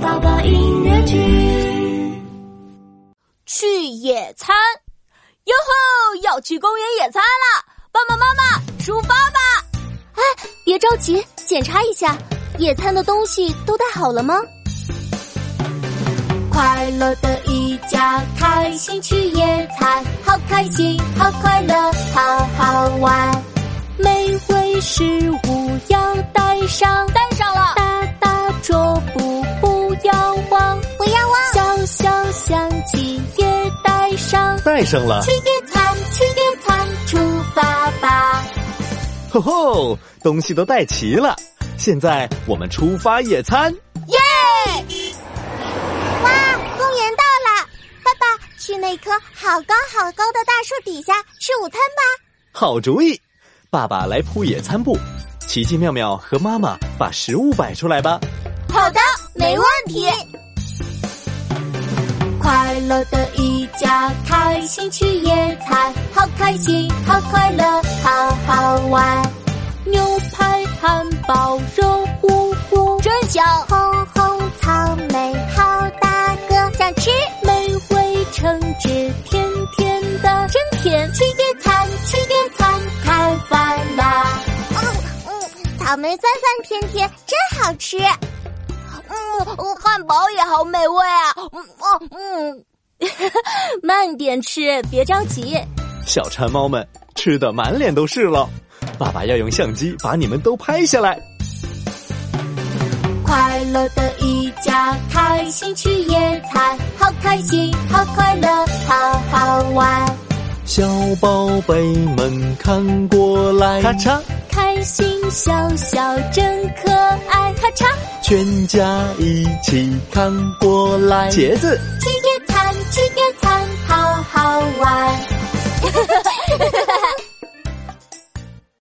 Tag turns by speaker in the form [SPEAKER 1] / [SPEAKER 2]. [SPEAKER 1] 宝宝音乐剧。
[SPEAKER 2] 去野餐，哟吼！要去公园野餐啦！爸爸妈妈，出发吧！
[SPEAKER 3] 哎，别着急，检查一下野餐的东西都带好了吗？
[SPEAKER 1] 快乐的一家，开心去野餐，好开心，好快乐，好好玩。美味食物要带上，
[SPEAKER 2] 带上了，
[SPEAKER 1] 大大桌布不要忘，
[SPEAKER 3] 不要忘
[SPEAKER 1] 小小相机也带上。
[SPEAKER 4] 带上 了
[SPEAKER 1] 去，野餐，去野餐，出发吧！
[SPEAKER 4] 吼吼，东西都带齐了。现在我们出发野餐，
[SPEAKER 3] 哇，公园到了，爸爸去那棵好高好高的大树底下吃午餐吧。
[SPEAKER 4] 好主意！爸爸来铺野餐布，奇奇妙妙和妈妈把食物摆出来吧。
[SPEAKER 2] 好的，
[SPEAKER 3] 没问题。
[SPEAKER 1] 快乐的一家，开心去野餐，好开心，好快乐，好好玩。牛排、汉堡、肉糊糊，
[SPEAKER 2] 真香！
[SPEAKER 3] 红红草莓好大个，想吃
[SPEAKER 1] 美味橙汁甜甜的，
[SPEAKER 2] 真甜！
[SPEAKER 1] 去野餐，去野餐，开饭啦！
[SPEAKER 3] 嗯，草莓酸酸甜甜，真好吃。
[SPEAKER 2] 嗯，汉堡也好美味啊！嗯哦嗯， 慢点吃，别着急。
[SPEAKER 4] 小馋猫们吃的满脸都是了，爸爸要用相机把你们都拍下来。
[SPEAKER 1] 快乐的一家，开心去野餐，好开心，好快乐，好好玩。
[SPEAKER 4] 小宝贝们看过来，咔嚓，
[SPEAKER 1] 开心小小真可爱，咔嚓！
[SPEAKER 4] 全家一起看过来。茄子，
[SPEAKER 1] 去